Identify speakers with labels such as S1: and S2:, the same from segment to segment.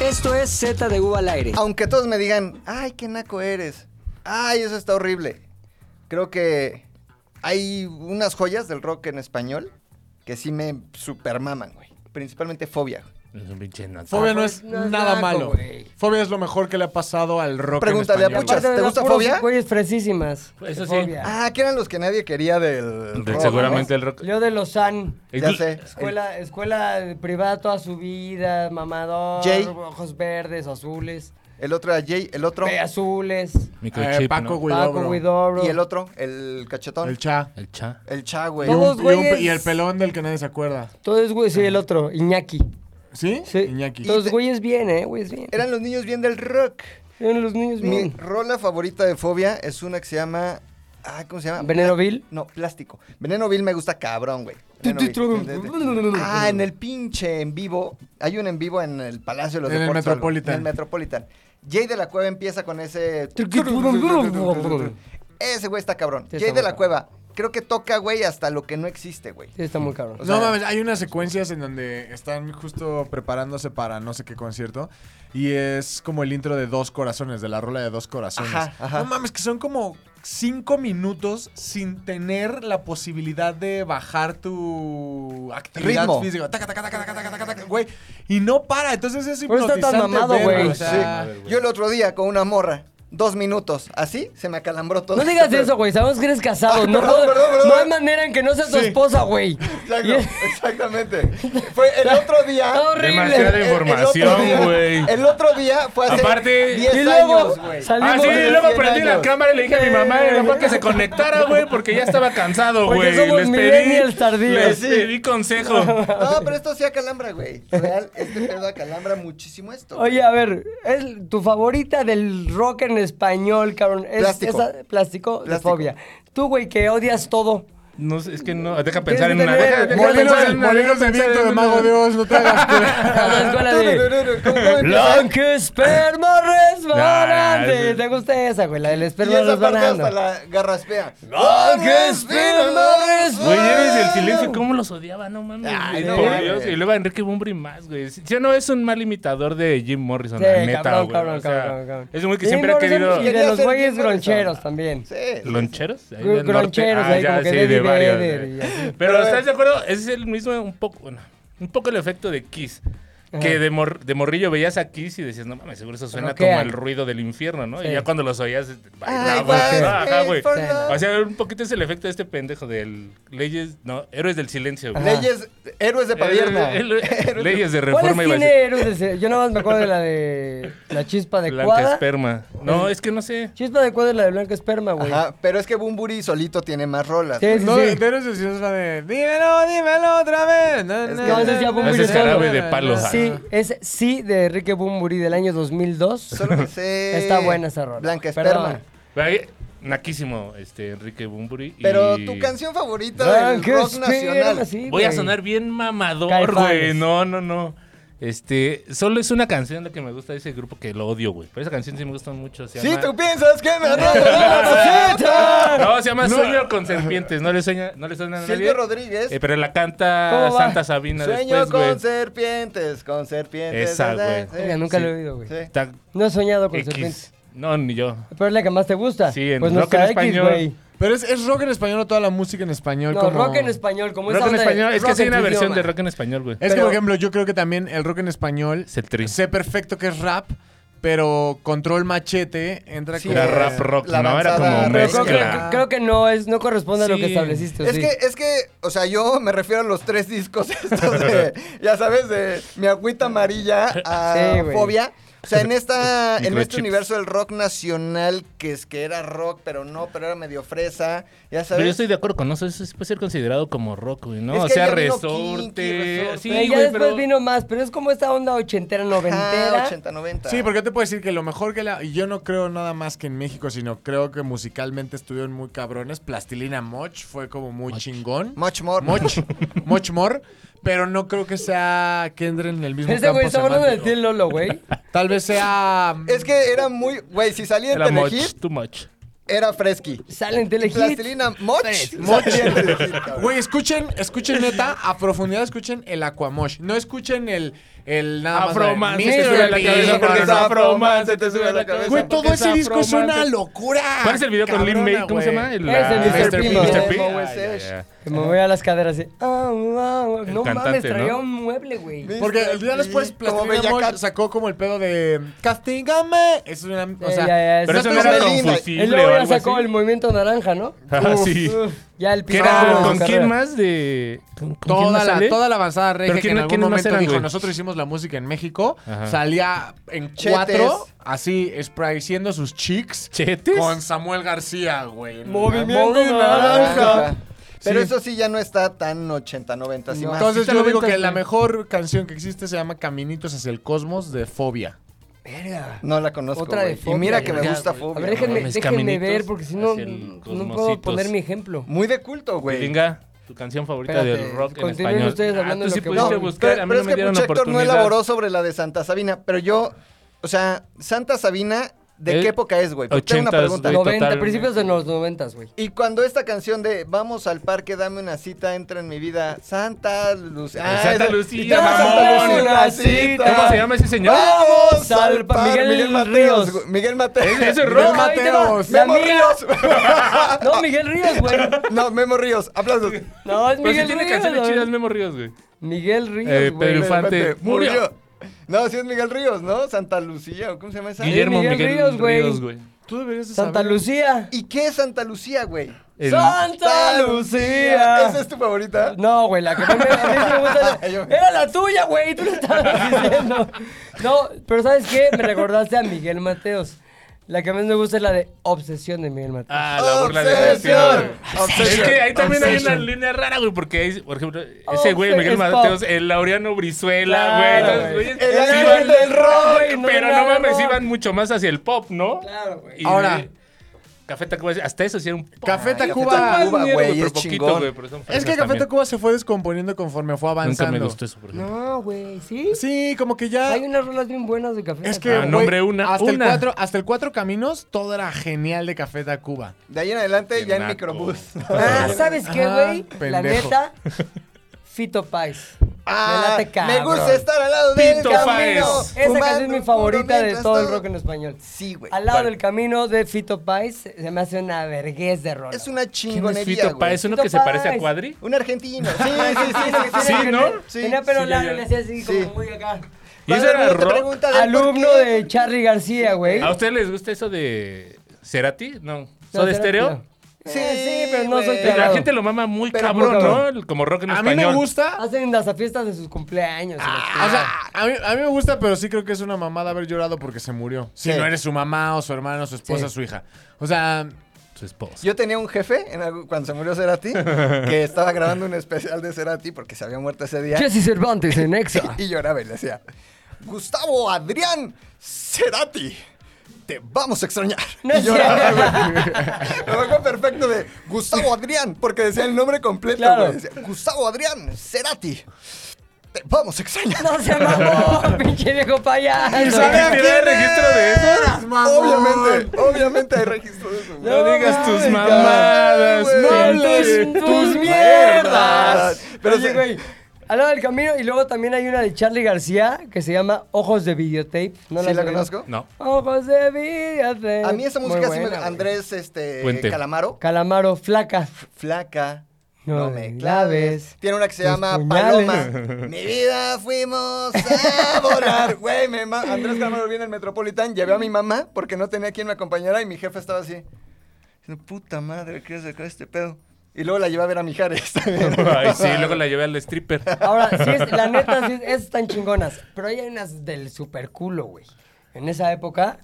S1: Esto es Z de U al aire.
S2: Aunque todos me digan, ay, qué naco eres. Ay, eso está horrible. Creo que hay unas joyas del rock en español que sí me supermaman, güey. Principalmente Fobia.
S3: Es un pinche naco.
S4: Fobia no es
S2: No es
S4: nada
S2: naco,
S4: malo.
S2: güey.
S4: Fobia es lo mejor que le ha pasado al rock. en
S2: Pregúntale a
S4: español.
S2: Puchas. ¿te gusta Fobia?
S5: Güeyes fresísimas.
S3: Eso
S5: De
S3: sí.
S5: Fobia.
S2: Ah, que eran los que nadie quería del.
S3: De-
S2: rock,
S3: seguramente
S2: ¿no?
S3: el rock.
S5: Yo de Lozán.
S2: Ya sé.
S5: Escuela, escuela privada toda su vida, mamador,
S2: Jay.
S5: ojos verdes, azules,
S2: El otro era Jay, el otro.
S5: pe- azules,
S3: Microchip,
S4: Eh, Paco,
S3: ¿no?
S4: güey. Huidobro.
S5: Paco Huidobro.
S2: Y el otro, el cachetón.
S4: El
S2: El,
S4: cha.
S3: El cha.
S2: cha,
S4: Y,
S2: güey.
S4: un-
S5: Todos
S4: y un-
S5: güeyes.
S4: y el pelón del que nadie se acuerda.
S5: Todos güeyes, sí, el otro, Iñaki.
S4: ¿Sí?
S5: Sí.
S4: Iñaki.
S5: Todos güeyes bien, ¿eh? Güeyes bien.
S2: Eran los niños bien del rock.
S5: Eran los niños
S2: Mi
S4: Mm.
S5: bien.
S2: rola favorita de Fobia es una que se llama. Ah, ¿cómo se llama?
S5: ¿Veneno Vil?
S2: No, plástico. Veneno Vil me gusta cabrón, güey. Veneno Vil. Ah, en el pinche en vivo. Hay un en vivo en el Palacio de los
S4: En el
S2: Deportes o algo.
S4: Metropolitan.
S2: En el Metropolitan. Jay de la Cueva empieza con ese. Ese güey está cabrón.
S5: Sí, está
S2: Jay de
S5: muy
S2: la
S5: cabrón.
S2: Cueva. Creo que toca, güey, hasta lo que no existe, güey.
S5: Sí, está muy cabrón.
S2: O sea-
S4: no mames, hay unas secuencias en donde están justo preparándose para no sé qué concierto y es como el intro de Dos Corazones, de la rola de Dos Corazones.
S2: Ajá, ajá.
S4: No mames, que son como cinco minutos sin tener la posibilidad de bajar tu actividad
S2: Ritmo.
S4: física. Taca, taca, taca, taca, taca, taca, taca, güey. Y no para, entonces es
S5: Por eso está
S4: hipnotizante.
S5: tan mamado,
S4: verlo,
S5: güey.
S4: o sea,
S2: Sí. Yo el otro día con una morra, dos minutos, así, se me acalambró todo.
S5: No digas eso, güey. Sabemos que eres casado.
S2: Ah,
S5: No,
S2: perdón,
S5: puedo-
S2: perdón, perdón.
S5: no hay manera en que no sea tu
S4: Sí.
S5: esposa, güey. Y es-
S2: Exacto, exactamente. Fue el otro día.
S5: Está horrible.
S2: El-
S3: Demasiada
S2: el otro día-
S3: información, güey.
S2: El otro día fue hace
S3: Aparte-
S2: 10
S5: Y luego
S2: años, güey.
S3: Ah,
S5: salimos
S3: sí,
S2: de
S3: luego
S2: 100
S3: prendí la
S2: años.
S3: cámara y le dije a mi mamá, eh, mejor que se conectara, güey, porque ya estaba cansado,
S5: Porque
S3: güey.
S5: somos
S3: Les pedí,
S5: millennials tardíos.
S3: les
S5: Sí.
S3: pedí consejo.
S2: No, pero esto sí acalambra, güey. Real, este pedo acalambra muchísimo esto. güey.
S5: Oye, a ver, es tu favorita del rock en español, cabrón. Es,
S2: Plástico.
S5: esa- plástico, de
S2: Plástico.
S5: fobia. Tú, güey, que odias todo.
S3: No sé, es que no, deja pensar en
S5: Tienes
S3: una.
S5: que
S3: Deja,
S5: tener
S3: deja
S4: Molinos,
S3: pensar en una,
S4: molinos
S3: deja
S4: de
S3: pensar
S4: viento de
S3: en
S4: Mago
S3: una.
S4: de Oz, no te hagas.
S5: A la escuela de...
S2: ¿Cómo empieza?
S5: Blanco esperma
S3: Nah,
S5: resbalante.
S3: es-
S5: ¿Te gusta esa, güey? La del
S2: Y
S5: esperma
S2: esa parte
S5: resbalando.
S2: hasta la garraspea.
S5: Blanco esperma resbalante.
S3: Güey, eres del silencio, ¿cómo los odiaba? No mames.
S2: Ay,
S3: Ay,
S2: no mames.
S3: Dios. Y luego a Enrique Bumbry más, güey. Si- Yo no es un mal imitador de Jim Morrison,
S5: Sí,
S3: la neta,
S5: cabrón,
S3: güey.
S5: cabrón,
S3: O sea,
S5: cabrón, cabrón.
S3: Es un güey que
S5: Jim
S3: siempre ha
S5: Morrison
S3: querido.
S5: Y de
S2: Quería
S5: los
S2: ser
S5: güeyes
S2: Jim Morrison.
S5: groncheros también.
S2: Sí, sí, sí.
S3: ¿Loncheros? Ahí
S5: Gr-
S3: del norte. Ah,
S5: groncheros, ahí como que Eddie Vedder
S3: güey.
S5: y así.
S3: Pero,
S2: Pero,
S3: ¿estás de acuerdo? Ese es el mismo, un poco, bueno, un poco el efecto de Kiss. Que de, mor- de morrillo veías a Kiss y decías, no mames, seguro eso suena
S5: Rockean.
S3: como el ruido del infierno, ¿no?
S5: Sí.
S3: Y ya cuando los oías, este,
S2: Ay,
S3: bailabas.
S2: was
S3: Ajá,
S2: made
S3: güey.
S2: for
S5: Sí.
S2: love.
S3: O sea, un poquito es el efecto de este pendejo del Leyes, no, Héroes del Silencio. güey.
S5: Ajá.
S2: Leyes, héroes de Padierna.
S3: El- el- Leyes de
S5: ¿Cuáles
S3: Reforma iba a
S5: tiene
S3: decir.
S5: héroes de- Yo nada más me acuerdo de la de la chispa
S3: Blanca
S5: adecuada.
S3: Esperma.
S2: Eh.
S3: No, es que no sé.
S5: Chispa adecuada es la de blanco esperma, güey.
S2: Ajá, pero es que Bumburi solito tiene más rolas.
S5: Sí, sí,
S4: No,
S5: sí.
S4: de Héroes del Silencio es la de Dímelo, dímelo otra vez. No,
S2: Es
S4: no,
S2: que a veces
S4: no,
S5: ya
S4: no,
S5: Bumburi
S4: no,
S5: es
S4: no,
S5: árabe
S4: no,
S3: de
S4: no,
S3: palos.
S4: no.
S5: Sí, es sí de Enrique Bumburi del año 2002.
S2: Solo que sé.
S5: Está buena esa rola.
S2: Blanca
S5: Perdón.
S2: Esperma.
S3: Ahí, Naquísimo, este, Enrique Bumburi. y-
S2: Pero tu canción favorita del
S5: Blanco
S2: rock
S5: esperma,
S2: nacional.
S5: sí,
S3: Voy a
S5: güey.
S3: sonar bien mamador,
S5: Caifanes.
S3: güey. No, no, no. Este, solo es una canción la que me gusta de ese grupo que lo odio, güey. Pero esa canción sí me gusta mucho. Se
S2: Si
S3: llama...
S2: tú piensas que me robo la maceta.
S3: No, se llama Sueño con serpientes. No le sueña, no le suena a nadie.
S2: Silvio Rodríguez.
S3: Eh, pero la canta
S5: ¿Cómo va?
S3: Santa Sabina
S2: Sueño
S3: después,
S2: con
S3: güey.
S2: serpientes, con serpientes.
S3: Esa,
S2: eh,
S3: güey.
S2: eh,
S5: Oiga, nunca
S3: Sí.
S5: lo he oído, güey.
S2: sí.
S3: Está
S5: No he soñado con serpientes.
S3: X. No, ni yo.
S5: Pero es la que más te gusta.
S3: Sí, en
S5: pues
S3: rock en
S5: nuestra X,
S3: español.
S5: güey.
S4: Pero es, es rock en español o toda la música en español.
S5: No,
S4: como-
S5: rock en español, como
S3: Rock
S5: esa
S3: en
S5: onda de
S3: español. Es que
S5: rock
S3: sí hay
S5: en
S3: una
S5: tu
S3: versión de
S5: idioma.
S3: rock en español, güey.
S4: Es que,
S2: Pero-
S4: por ejemplo, yo creo que también el rock en español
S3: Es el tri.
S4: sé perfecto que es rap, pero control machete entra
S2: Sí,
S4: como-
S3: Era rap rock,
S2: la
S3: ¿no? Era
S2: avanzada
S3: como
S2: rock.
S5: Pero creo, que,
S3: mezcla.
S5: creo que no es, no corresponde a lo que
S3: Sí.
S5: estableciste. ¿o
S2: Es
S5: sí?
S2: que, es que, o sea, yo me refiero a los tres discos estos de, ya sabes, de mi agüita amarilla a
S5: Sí, güey.
S2: fobia. O sea, en esta, en este
S3: Microchips.
S2: universo del rock nacional, que es que era rock, pero no, pero era medio fresa, ya sabes.
S3: Pero yo estoy de acuerdo con eso, eso sí puede ser considerado como rock, güey, ¿no?
S2: Es
S3: o
S2: que
S3: sea,
S2: ya vino Kinky,
S3: resorte.
S2: Resorte.
S3: Sí,
S5: Pero ya
S3: güey,
S5: después
S3: pero...
S5: vino más, pero es como esta onda ochentera, noventera.
S2: Ajá, 80, 90.
S4: Sí, porque yo te puedo decir que lo mejor que la... y Yo no creo nada más que en México, sino creo que musicalmente estuvieron muy cabrones. Plastilina Moch fue como muy chingón.
S2: Much more.
S4: Moch. Moch More. Pero no creo que sea que entren en el mismo
S5: Ese güey
S4: campo
S5: está hablando del
S4: semántico.
S5: tío Lolo, güey.
S4: Tal vez sea...
S2: Es que era muy, güey, si salía en
S3: Era much,
S2: Telehit,
S3: too much.
S2: era fresqui.
S5: Sale en Telehit.
S2: Plastilina Moch.
S4: mm, Moch.
S2: salía en Telehit, cabrón.
S4: Güey, escuchen, escuchen neta, a profundidad escuchen el Aquamosh. No escuchen el el nada más.
S3: Afroman,
S4: de-
S3: se te
S4: Mr.
S3: sube a la
S4: Bean,
S3: cabeza porque es
S4: Afro-
S3: afroman, se te sube a la cabeza.
S4: Güey, todo
S3: porque es
S4: ese disco es
S3: afroman.
S4: una locura.
S3: ¿Cuál es el video con Lin
S4: Cabrona,
S3: May? ¿Cómo se
S4: güey.
S3: llama? El,
S5: Es el
S3: ah,
S5: Mr. P,
S3: Mr. P.
S2: ¿no?
S3: Ah, ya, ya.
S5: Que Me voy a las caderas así. Ah, ah, ah.
S3: El
S5: No mames,
S3: cantante, ¿no?
S5: traía un mueble, güey.
S4: Porque el día después Plastilina Mosh sacó como el pedo de Castígame. Es una. O
S5: Eh,
S4: sea,
S5: ya, ya,
S3: Pero
S5: sí.
S3: eso
S2: Una
S3: no era
S2: cosa linda.
S5: Él
S3: confusible
S5: luego
S3: o
S5: ya
S3: algo
S5: sacó el
S3: así.
S5: movimiento naranja, ¿no?
S3: Ah, sí.
S5: Uf, ya el
S3: ¿Qué
S5: piso
S3: era?
S5: de
S3: ¿Con
S5: su
S3: quién
S5: carrera.
S3: más de...? ¿Con, con quién
S4: Toda
S3: más
S4: la,
S3: sale?
S4: toda la avanzada regia
S3: ¿Pero
S4: que
S3: quién-
S4: en algún
S3: quiénes más
S4: momento
S3: eran,
S4: dijo,
S3: güey?
S4: nosotros hicimos la música en México,
S3: Ajá.
S4: salía en
S2: Chetes.
S4: cuatro, así, sprayciendo sus cheeks
S3: ¿Chetes?
S4: con Samuel García, güey.
S5: Movimiento naranja.
S2: Naranja. Pero
S4: Sí.
S2: eso sí ya no está tan 80-90 y
S5: No.
S2: más.
S4: Entonces
S3: Así te
S4: yo
S3: lo
S4: digo que
S3: ventas,
S4: la
S3: güey.
S4: mejor canción que existe se llama Caminitos hacia el Cosmos de Fobia.
S5: Verga.
S2: No la conozco.
S5: Otra de
S2: güey.
S5: fobia,
S2: y mira que me
S5: güey.
S2: gusta
S5: A
S2: fobia.
S5: ver, déjenme,
S3: mames,
S5: déjenme
S3: caminitos
S5: ver, porque si no,
S3: hacia el
S5: no puedo
S3: cosmositos.
S5: poner mi ejemplo.
S2: Muy de culto, güey.
S3: Pues, Venga, tu canción favorita
S5: Espérate,
S3: del rock en
S5: continúen
S3: español.
S5: ustedes hablando
S3: ah,
S5: de
S3: tú
S5: lo
S3: sí
S5: que
S3: pudiste
S5: voy.
S3: buscar, a mí no me dieron
S2: Puchector no
S3: oportunidad.
S2: elaboró sobre la de Santa Sabina, pero yo, o sea, Santa Sabina, ¿de
S3: El
S2: qué época es, güey? Porque tengo una
S3: 80s,
S2: pregunta.
S3: güey.
S5: 90,
S3: total.
S5: principios de los 90, güey.
S2: Y cuando esta canción de Vamos al parque, dame una cita, entra en mi vida, Santa Lucía.
S3: Ah, Santa
S2: esa-
S3: Lucía,
S2: Vamos a
S3: mamón.
S2: darle una cita.
S3: ¿Cómo se llama ese señor?
S5: Ah,
S2: Vamos al
S5: Sal-
S2: parque.
S5: Miguel
S2: Mateos.
S5: Ríos.
S2: güey. Miguel Mateos.
S3: Ese es
S5: Miguel
S3: rock.
S5: Ahí te va.
S4: Mateos.
S5: La
S2: Memo
S5: mía.
S2: Ríos.
S5: No, Miguel Ríos, güey.
S2: No, Memo Ríos. Aplausos.
S5: No, es
S3: Pero sí
S5: Miguel
S3: tiene
S5: Ríos.
S3: canciones
S5: güey.
S3: chidas Memo Ríos, güey.
S5: Miguel
S3: Eh,
S5: Ríos, güey.
S3: Pedro Infante. murió.
S2: No, sí es Miguel Ríos, ¿no? Santa Lucía, ¿o ¿cómo se llama esa?
S3: Guillermo
S5: Miguel
S3: Miguel,
S5: Ríos,
S3: Ríos,
S5: güey.
S3: güey.
S4: Tú deberías de
S5: Santa Lucía.
S2: ¿Y qué es Santa Lucía, güey?
S3: El-
S5: Santa
S2: ¿Esa es
S5: Lucía.
S2: tu favorita?
S5: No, güey, la que no me, a mí sí me gusta. la-
S2: Yo-
S5: Era la tuya, güey, tú lo estabas diciendo. No, pero ¿sabes qué? Me recordaste a Miguel Mateos. La que más me gusta es la de Obsesión de Miguel Mateos.
S3: Ah, la burla de
S2: Obsesión.
S3: Tarantino, güey. Es
S2: Obsesión.
S3: que ahí también hay una
S4: Obsession.
S3: línea rara, güey, porque hay, por ejemplo, ese
S5: Obsession
S3: güey, Miguel
S5: es pop.
S3: Mateos, el Laureano Brizuela, güey.
S5: Claro,
S3: esos
S5: güey.
S3: güeyes
S2: El
S3: sí
S2: ángel
S3: van-
S2: del rock,
S5: güey, no
S3: Pero
S5: era
S3: no mames,
S5: rock.
S3: iban mucho más hacia el pop, ¿no?
S5: Claro, güey.
S3: Y
S4: Ahora.
S3: de- Café Tacuba, hasta eso sí era un pop.
S4: Café
S2: Café
S4: Tacuba.
S2: Tacuba,
S3: Mierda,
S2: güey,
S3: pero
S2: es
S3: poquito,
S2: chingón.
S3: güey, pero son
S4: Es que
S3: fresas
S4: Café
S3: también.
S4: Tacuba se fue descomponiendo conforme fue
S3: Nunca
S4: avanzando.
S3: me gustó este eso, por ejemplo.
S5: No, güey, ¿sí?
S4: Sí, como que ya...
S5: Hay unas rolas bien buenas de café.
S4: Es que,
S5: Tacuba.
S3: Ah,
S4: güey,
S3: nombre una,
S4: hasta, El
S3: una.
S4: cuatro, hasta el Cuatro Caminos, todo era genial de Café Tacuba.
S2: De ahí en adelante
S3: Qué
S2: ya en
S3: naco.
S2: microbús.
S5: Ah, ¿sabes qué,
S4: Ah,
S5: güey? La
S4: pendejo.
S5: neta, Fito Pais.
S2: Ah,
S5: me late
S2: me
S5: cabrón.
S2: gusta estar al lado del
S3: Pito
S2: camino.
S3: Páez.
S5: Esa
S2: fumando
S5: canción es mi
S2: un
S5: favorita
S2: puro
S5: de
S2: mientras
S5: todo el rock en español.
S2: Sí, güey.
S5: Al lado
S3: ¿Cuál?
S5: del camino de Fito Pais se me hace una vergüenza de rola.
S2: Es una
S3: ¿Quién es
S2: chingonería,
S3: Fito
S2: güey.
S3: Páez? ¿Uno
S5: Fito
S3: que se parece a
S5: Páez.
S3: Cuadri?
S2: Un argentino. Sí, sí, sí. sí, sí,
S3: Sí,
S5: Tenía-
S3: ¿no?
S5: tenía-
S2: Sí.
S5: Tenía pelo
S3: Sí, ya,
S5: largo y
S3: ya.
S5: le hacía así
S2: Sí.
S5: como muy acá.
S3: Y eso
S2: Padre,
S3: era
S2: no te
S3: rock.
S2: pregunta del
S5: Alumno
S2: por qué.
S5: de Charlie García, güey.
S3: ¿A ustedes les gusta eso de Cerati? No.
S5: No,
S3: ¿Soda
S5: será-
S3: Estéreo?
S5: Eh,
S2: Sí,
S5: sí, pero no soy
S2: güey.
S3: La
S5: clavado.
S3: gente lo mama muy
S2: Pero
S3: cabrón,
S2: muy
S3: ¿no?
S2: cabrón.
S3: El- Como rock en
S4: A mí
S3: español.
S4: me gusta...
S5: Hacen las fiestas de sus cumpleaños. y
S3: Pues
S5: la
S4: Ah, O sea, a mí, a mí me gusta, pero sí creo que es una mamada haber llorado porque se murió. Si
S2: Sí.
S4: no eres su mamá o su hermana o su esposa
S5: Sí.
S4: o su hija. O sea,
S3: Su esposa.
S2: Yo tenía un jefe en algún- cuando se murió Cerati que estaba grabando un especial de Cerati porque se había muerto ese día.
S5: Jesse Cervantes en Exa.
S2: Y lloraba y le decía, Gustavo Adrián Cerati, te vamos a extrañar.
S5: No
S2: y
S5: es
S2: lloraba,
S5: cierto.
S2: güey. Me acuerdo perfecto de Gustavo Adrián, porque decía el nombre completo,
S5: Claro.
S2: güey. Decía, Gustavo Adrián Cerati, te vamos a extrañar.
S5: No se mamó, pinche viejo payaso.
S3: ¿Sabía que era registro de eso?
S2: Obviamente, obviamente hay registro de eso. güey.
S3: No digas tus
S5: mames,
S3: mamadas,
S2: güey.
S5: No
S3: pinches
S5: les- tus mierdas.
S2: mierdas.
S5: Pero
S2: Pero
S5: Oye,
S2: se-
S5: güey. Al lado del camino, y luego también hay una de Charlie García que se llama Ojos de Videotape. ¿No
S2: ¿Sí
S5: has
S2: la
S5: oído?
S2: conozco?
S3: No.
S5: Ojos de Videotape.
S2: A mí esa
S5: Muy
S2: música sí me...
S5: buena, güey.
S2: Andrés este,
S3: Puente.
S2: Calamaro.
S5: Calamaro, flaca.
S2: Flaca,
S5: No
S2: no,
S5: me
S2: me
S5: claves
S2: claves. Tiene una que se
S5: tus
S2: llama
S5: puñales.
S2: Paloma. Mi vida fuimos a volar. Güey, me ma- Andrés Calamaro viene al Metropolitan. Llevé a mi mamá porque no tenía quien me acompañara y mi jefe estaba así. diciendo, Puta madre, ¿qué es acá este pedo? Y luego la llevé a ver a Mijares. también.
S3: Ay, sí, luego la llevé al stripper.
S5: Ahora, sí es, la neta, sí es, esas están chingonas. Pero ahí hay unas del super culo, güey. En esa época,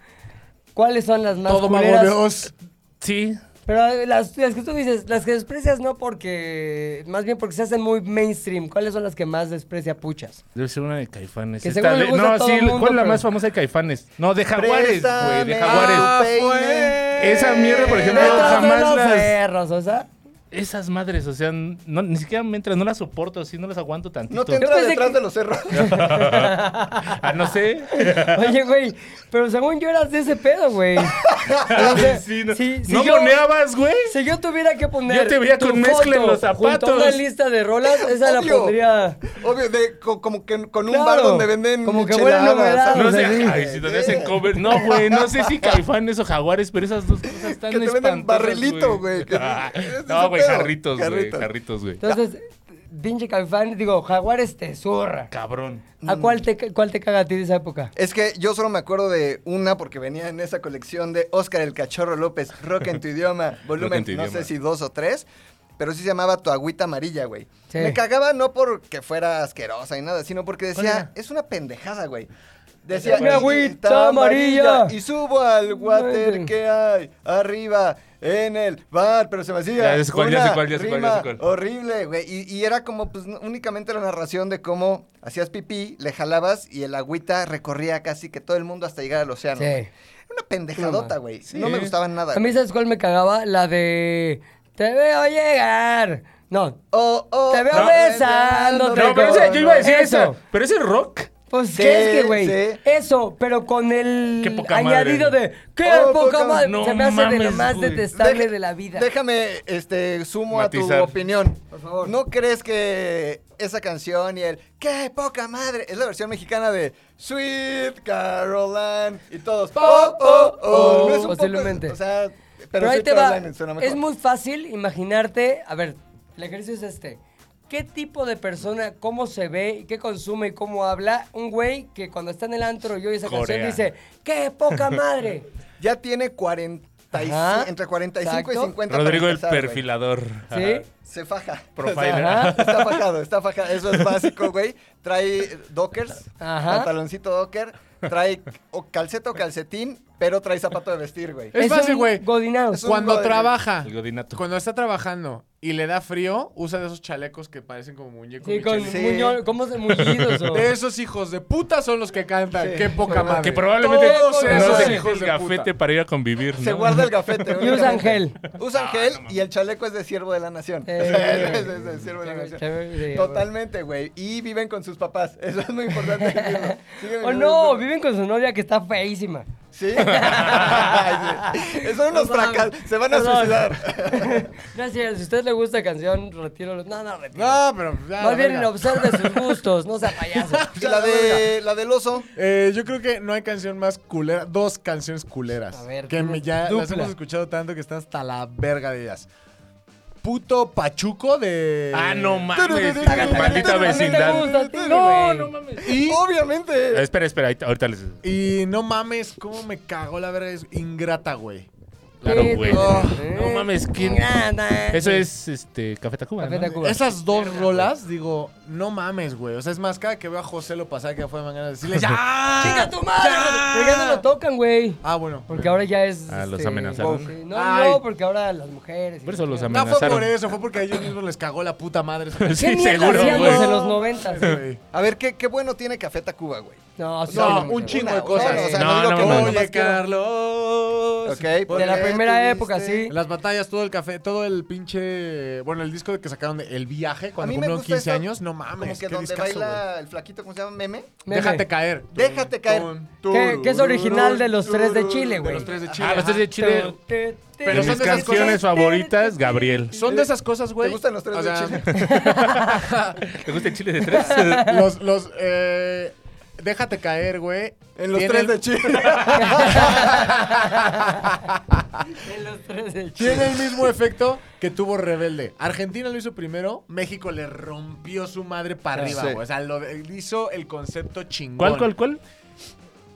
S5: ¿cuáles son las más
S4: todo
S5: culeras?
S4: mamoneos.
S3: Sí.
S5: Pero eh, las, las que tú dices, las que desprecias no porque, más bien porque se hacen muy mainstream. ¿Cuáles son las que más desprecia puchas?
S3: Debe ser una de Caifanes.
S5: Que
S3: Esta
S5: seguro le
S3: de-
S5: gusta a
S3: No,
S5: todo
S3: sí,
S5: el mundo,
S3: ¿cuál es la
S5: pero-
S3: más famosa de Caifanes? No, de Jaguares, güey,
S4: Ah,
S2: Préstame
S3: de Jaguares.
S2: tu peine.
S3: Esa mierda, por ejemplo,
S5: Detrás de
S3: jamás
S2: pues.
S5: los
S3: las-
S5: perros, o sea.
S3: esas madres, o sea, no, ni siquiera me entran, no las soporto así, no las aguanto tantito.
S2: No te entra
S5: pensé
S2: detrás
S5: que-
S2: de los cerros.
S3: Ah, no sé.
S5: Oye, güey, pero según yo eras de ese pedo, güey. O sea,
S3: Sí, no
S5: si- si
S3: no
S5: yo-
S3: moneabas, güey.
S5: Si yo tuviera que poner.
S3: Yo te veía
S5: tu
S3: con mezcla en
S5: foto
S3: los
S5: Junto a una
S3: zapatos.
S5: lista de rolas, esa la
S2: Obvio.
S5: pondría.
S2: Obvio, de, co- como que con un
S5: Claro.
S2: bar donde venden
S5: Como que huele a
S2: micheladas,
S5: novedad.
S2: ¿sabes?
S3: No sé,
S5: o sea,
S3: ay, si te hacen cover. No, güey, no sé si Caifanes o Jaguares, pero esas dos cosas están
S2: Que te venden
S3: espantosas,
S2: barrilito, güey, que-
S3: Ah,
S2: es ese
S3: No, güey,
S2: pedo.
S3: jarritos, güey,
S2: Jarritos.
S3: jarritos, güey.
S5: Entonces, pinche Caifán, digo, Jaguares te zurra.
S3: Cabrón.
S5: ¿A
S2: Mm.
S5: cuál te, ca- cuál te caga a ti de esa época?
S2: Es que yo solo me acuerdo de una porque venía en esa colección de Óscar el Cachorro López, Rock en tu idioma, volumen,
S3: en tu
S2: no
S3: idioma.
S2: sé si dos o tres, pero sí se llamaba Tu Agüita Amarilla, güey.
S5: Sí.
S2: Me cagaba no porque fuera asquerosa y nada, sino porque
S5: ¿Cuál
S2: decía,
S5: era?
S2: es una pendejada, güey. Decía,
S5: Una agüita amarilla.
S2: Y subo al water
S5: Madre.
S2: que hay arriba en el bar, pero se me hacía
S3: Ya, ya sé cuál, ya sé
S2: una
S3: cuál, ya sé cuál, ya sé
S2: rima
S3: cuál.
S2: Horrible, güey. Y, y era como, pues, no- únicamente la narración de cómo hacías pipí, le jalabas y el agüita recorría casi que todo el mundo hasta llegar al océano.
S5: Sí.
S2: güey. Era Una pendejadota, güey.
S3: Sí.
S2: No me gustaban nada.
S5: A mí,
S2: güey.
S5: ¿sabes cuál me cagaba? La de. Te veo llegar. No.
S2: Oh, oh,
S5: Te veo
S2: no,
S5: besándote.
S3: No, pero ese, yo iba a decir
S5: Eso.
S3: eso. Pero ese rock.
S5: Pues,
S2: Sí,
S5: ¿qué es que, güey?
S2: sí.
S5: Eso, pero con el
S3: Qué poca
S5: añadido
S3: madre.
S5: de. ¡Qué
S2: Oh,
S5: poca
S2: poca-
S5: madre!
S3: No
S5: Se me hace de lo
S3: mames,
S5: más
S3: güey.
S5: detestable
S2: Deja-
S5: de la vida.
S2: Déjame, este, sumo
S3: Matizar.
S2: a tu opinión.
S5: Por favor.
S2: ¿No crees que esa canción y el ¡Qué poca madre! es la versión mexicana de Sweet Caroline y todos ¡Oh, oh, oh! No es un
S5: Posiblemente.
S2: poco, o sea, pero,
S5: Pero, ahí
S2: Sweet
S5: te va.
S2: Caroline suena mejor.
S5: Es muy fácil imaginarte. A ver, el ejercicio es este. ¿Qué tipo de persona, cómo se ve, qué consume y cómo habla un güey que cuando está en el antro y oye esa
S3: Corea.
S5: canción dice, ¡qué poca madre!
S2: Ya tiene 45,
S5: Ajá.
S2: entre 45
S5: Exacto.
S2: y 50. para
S3: Rodrigo el
S2: empezar, güey.
S3: perfilador.
S5: ¿Sí?
S2: Se faja.
S3: Profiler.
S5: Ajá.
S2: Está fajado, está fajado. Eso es básico, güey. Trae dockers,
S5: Ajá.
S2: pantaloncito docker, trae o calceta o calcetín, pero trae zapato de vestir, güey.
S4: Es fácil,
S5: un
S4: güey.
S5: Godinado.
S2: Es un
S4: Cuando
S2: gode-
S4: trabaja,
S3: El godinato.
S4: cuando está trabajando y le da frío, usa de esos chalecos que parecen como muñecos.
S5: Sí, con
S2: Sí.
S5: muño- ¿Cómo se mullidos? o-
S4: De esos hijos de puta son los que cantan.
S2: Sí.
S4: Qué poca madre.
S3: Que probablemente
S4: Todos
S3: no
S4: esos
S3: se
S4: hijos
S3: hijos
S4: de
S3: gafete
S4: puta.
S3: para ir a convivir.
S2: Se
S3: ¿no?
S2: guarda el gafete.
S5: Y
S2: únicamente.
S5: usa Ángel.
S2: Usa Ángel y el chaleco es de siervo de la nación.
S5: Eh,
S2: es de- es de siervo de la
S5: chévere,
S2: nación.
S5: chévere, sí, güey.
S2: Totalmente, güey. Y viven con sus papás. Eso es muy importante. decirlo. Siguen viviendo
S5: O Oh, no,
S2: con-
S5: viven con su novia que está feísima.
S2: Sí. Ay, sí. Son unos
S5: No mames.
S2: fracasos. Se van a
S5: Perdón.
S2: suicidar.
S5: Gracias, si a usted le gusta la canción, retiro. los- No, no, retiro.
S4: No, pero. ya, la
S5: Más bien
S4: verga.
S5: observe sus gustos, no sea payaso.
S2: Y la, de, la del oso.
S4: Eh, yo creo que no hay canción más culera, dos canciones culeras.
S5: A ver,
S4: que me- ya las
S5: dupla.
S4: hemos escuchado tanto que están hasta la verga de ellas. Puto Pachuco de.
S3: Ah, no mames.
S4: Taca,
S3: Maldita
S4: taca, taca,
S5: A mí te
S3: vecindad.
S5: gusta a ti,
S3: No,
S5: güey.
S3: no mames.
S4: Y,
S2: Obviamente.
S3: Ah, Espera, espera, ahorita- ahorita les.
S4: y no mames, cómo me cagó la verga. Es ingrata, güey.
S3: Claro,
S5: Sí,
S3: güey.
S5: sí,
S3: No
S5: sí.
S3: mames, ¿quién?
S5: Nada.
S3: Eso es este Café Tacuba.
S5: Café
S3: ¿no?
S5: Tacuba.
S4: Esas dos rolas, digo, no mames, güey. O sea, es más, cada que veo a José lo pasar que fue de manera de decirle ¡Ya!
S5: ¡Chinga tu madre! Porque ya no lo tocan, güey.
S4: Ah, bueno.
S5: Porque ahora ya es.
S3: Ah, los
S5: este,
S3: amenazaron.
S5: woke. No,
S4: Ay.
S5: no, porque ahora las mujeres. y
S3: Por eso los
S5: chingada.
S4: No fue por
S3: amenazaron.
S4: eso, fue porque a ellos mismos les cagó la puta madre.
S5: ¿Qué
S3: Sí,
S5: mierda
S3: seguro,
S5: hacíamos
S3: güey.
S5: en los noventas?
S4: Güey.
S2: A ver, ¿qué, qué bueno tiene Café Tacuba, güey.
S5: No, sí,
S4: No,
S5: sí,
S4: un
S5: sí.
S4: chingo
S2: Una,
S4: de cosas.
S2: una, o sea,
S3: No,
S2: no, digo
S3: no
S2: que
S3: mames.
S2: no, nomás
S4: Oye,
S2: quiero-
S4: Carlos.
S2: Ok,
S5: Pues, De la
S2: porque
S5: primera época,
S2: tuviste-
S5: sí.
S4: En las batallas, todo el café, todo el pinche. Bueno, el disco que sacaron de El Viaje
S2: A
S4: cuando
S2: mí me
S4: cumplieron
S2: gusta
S4: 15
S2: eso,
S4: años. No mames,
S2: Como que
S4: qué
S2: donde
S4: discazo,
S2: baila
S4: güey.
S2: el flaquito, ¿cómo se llama? ¿Meme?
S5: Meme.
S4: Déjate caer.
S2: Déjate caer.
S5: Que, que es original de los tres de Chile, güey.
S4: Los tres pues de Chile.
S3: Ah, los tres de Chile.
S4: Pero
S3: Pero
S4: son
S3: mis
S4: de esas
S3: canciones
S4: cosas-
S3: favoritas, Gabriel.
S4: Son de esas cosas, güey.
S2: ¿Te gustan los tres
S4: O
S2: de
S4: sea,
S2: Chile?
S3: ¿Te gusta el chile de tres?
S4: Los, los, eh, déjate caer, güey.
S2: En los
S4: Tienen-
S2: tres de Chile.
S5: En los tres de Chile.
S4: Tiene el mismo efecto que tuvo Rebelde. Argentina lo hizo primero, México le rompió su madre para arriba,
S2: Sí.
S4: güey. O sea, lo de- hizo el concepto chingón.
S3: ¿Cuál, cuál, cuál?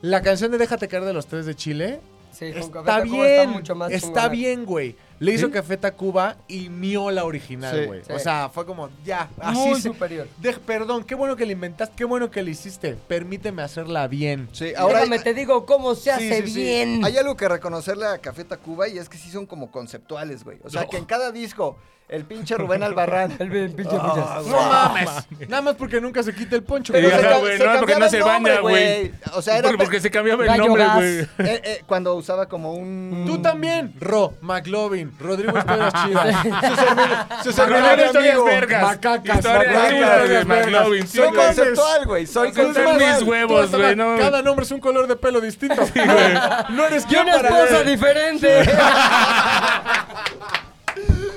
S4: La canción de Déjate caer de los tres de Chile
S5: Sí, con Café
S4: está
S5: Tacuba
S4: bien.
S5: está
S4: Está,
S5: mucho más chingona.
S4: bien, güey. Le hizo Café Tacuba y mió la
S2: Sí.
S4: original, güey.
S5: Sí.
S4: O sea, fue como, ya, así
S5: Muy
S4: se-
S5: superior.
S4: Dej- perdón, qué bueno que le inventaste, qué bueno que le hiciste. Permíteme hacerla bien.
S2: Sí,
S5: Ahora
S2: ahora
S5: Déjame te digo cómo se
S4: Sí,
S5: hace
S4: sí, sí.
S5: bien.
S2: hay algo que reconocerle a Café Tacuba y es que sí son como conceptuales, güey. O sea, que en cada disco El pinche Rubén Albarrán.
S5: El bien, pinche
S2: Ah,
S5: puchas.
S2: güey.
S4: Nada más porque nunca se quita el poncho.
S3: Pero
S4: "Ah,
S3: se
S4: güey.
S2: ca-
S3: güey, no, porque
S2: cambiaba
S3: no se
S2: el nombre,
S3: baña, güey.
S2: O sea, era
S3: Por- porque se cambiaba el
S5: Gallo
S3: nombre,
S5: gas.
S3: güey.
S2: eh, eh, cuando usaba como un...
S4: Tú también, Ro, McLovin, Rodrigo Historias Chidas. Sus servidores,
S3: Macacas, historias
S4: sus servidores amigo,
S3: vergas.
S4: Macacas,
S3: Historias
S4: macacas,
S3: chidas de
S4: vergas.
S3: McLovin, sí,
S2: Soy
S3: güey.
S2: conceptual, güey. Soy
S3: Son
S2: conceptual.
S3: mis huevos,
S4: Tú hasta
S3: güey,
S4: la-
S3: no.
S4: Cada nombre es un color de pelo distinto. no eres
S5: Y
S4: quien
S5: una
S4: para
S5: esposa
S4: ver.
S5: diferente.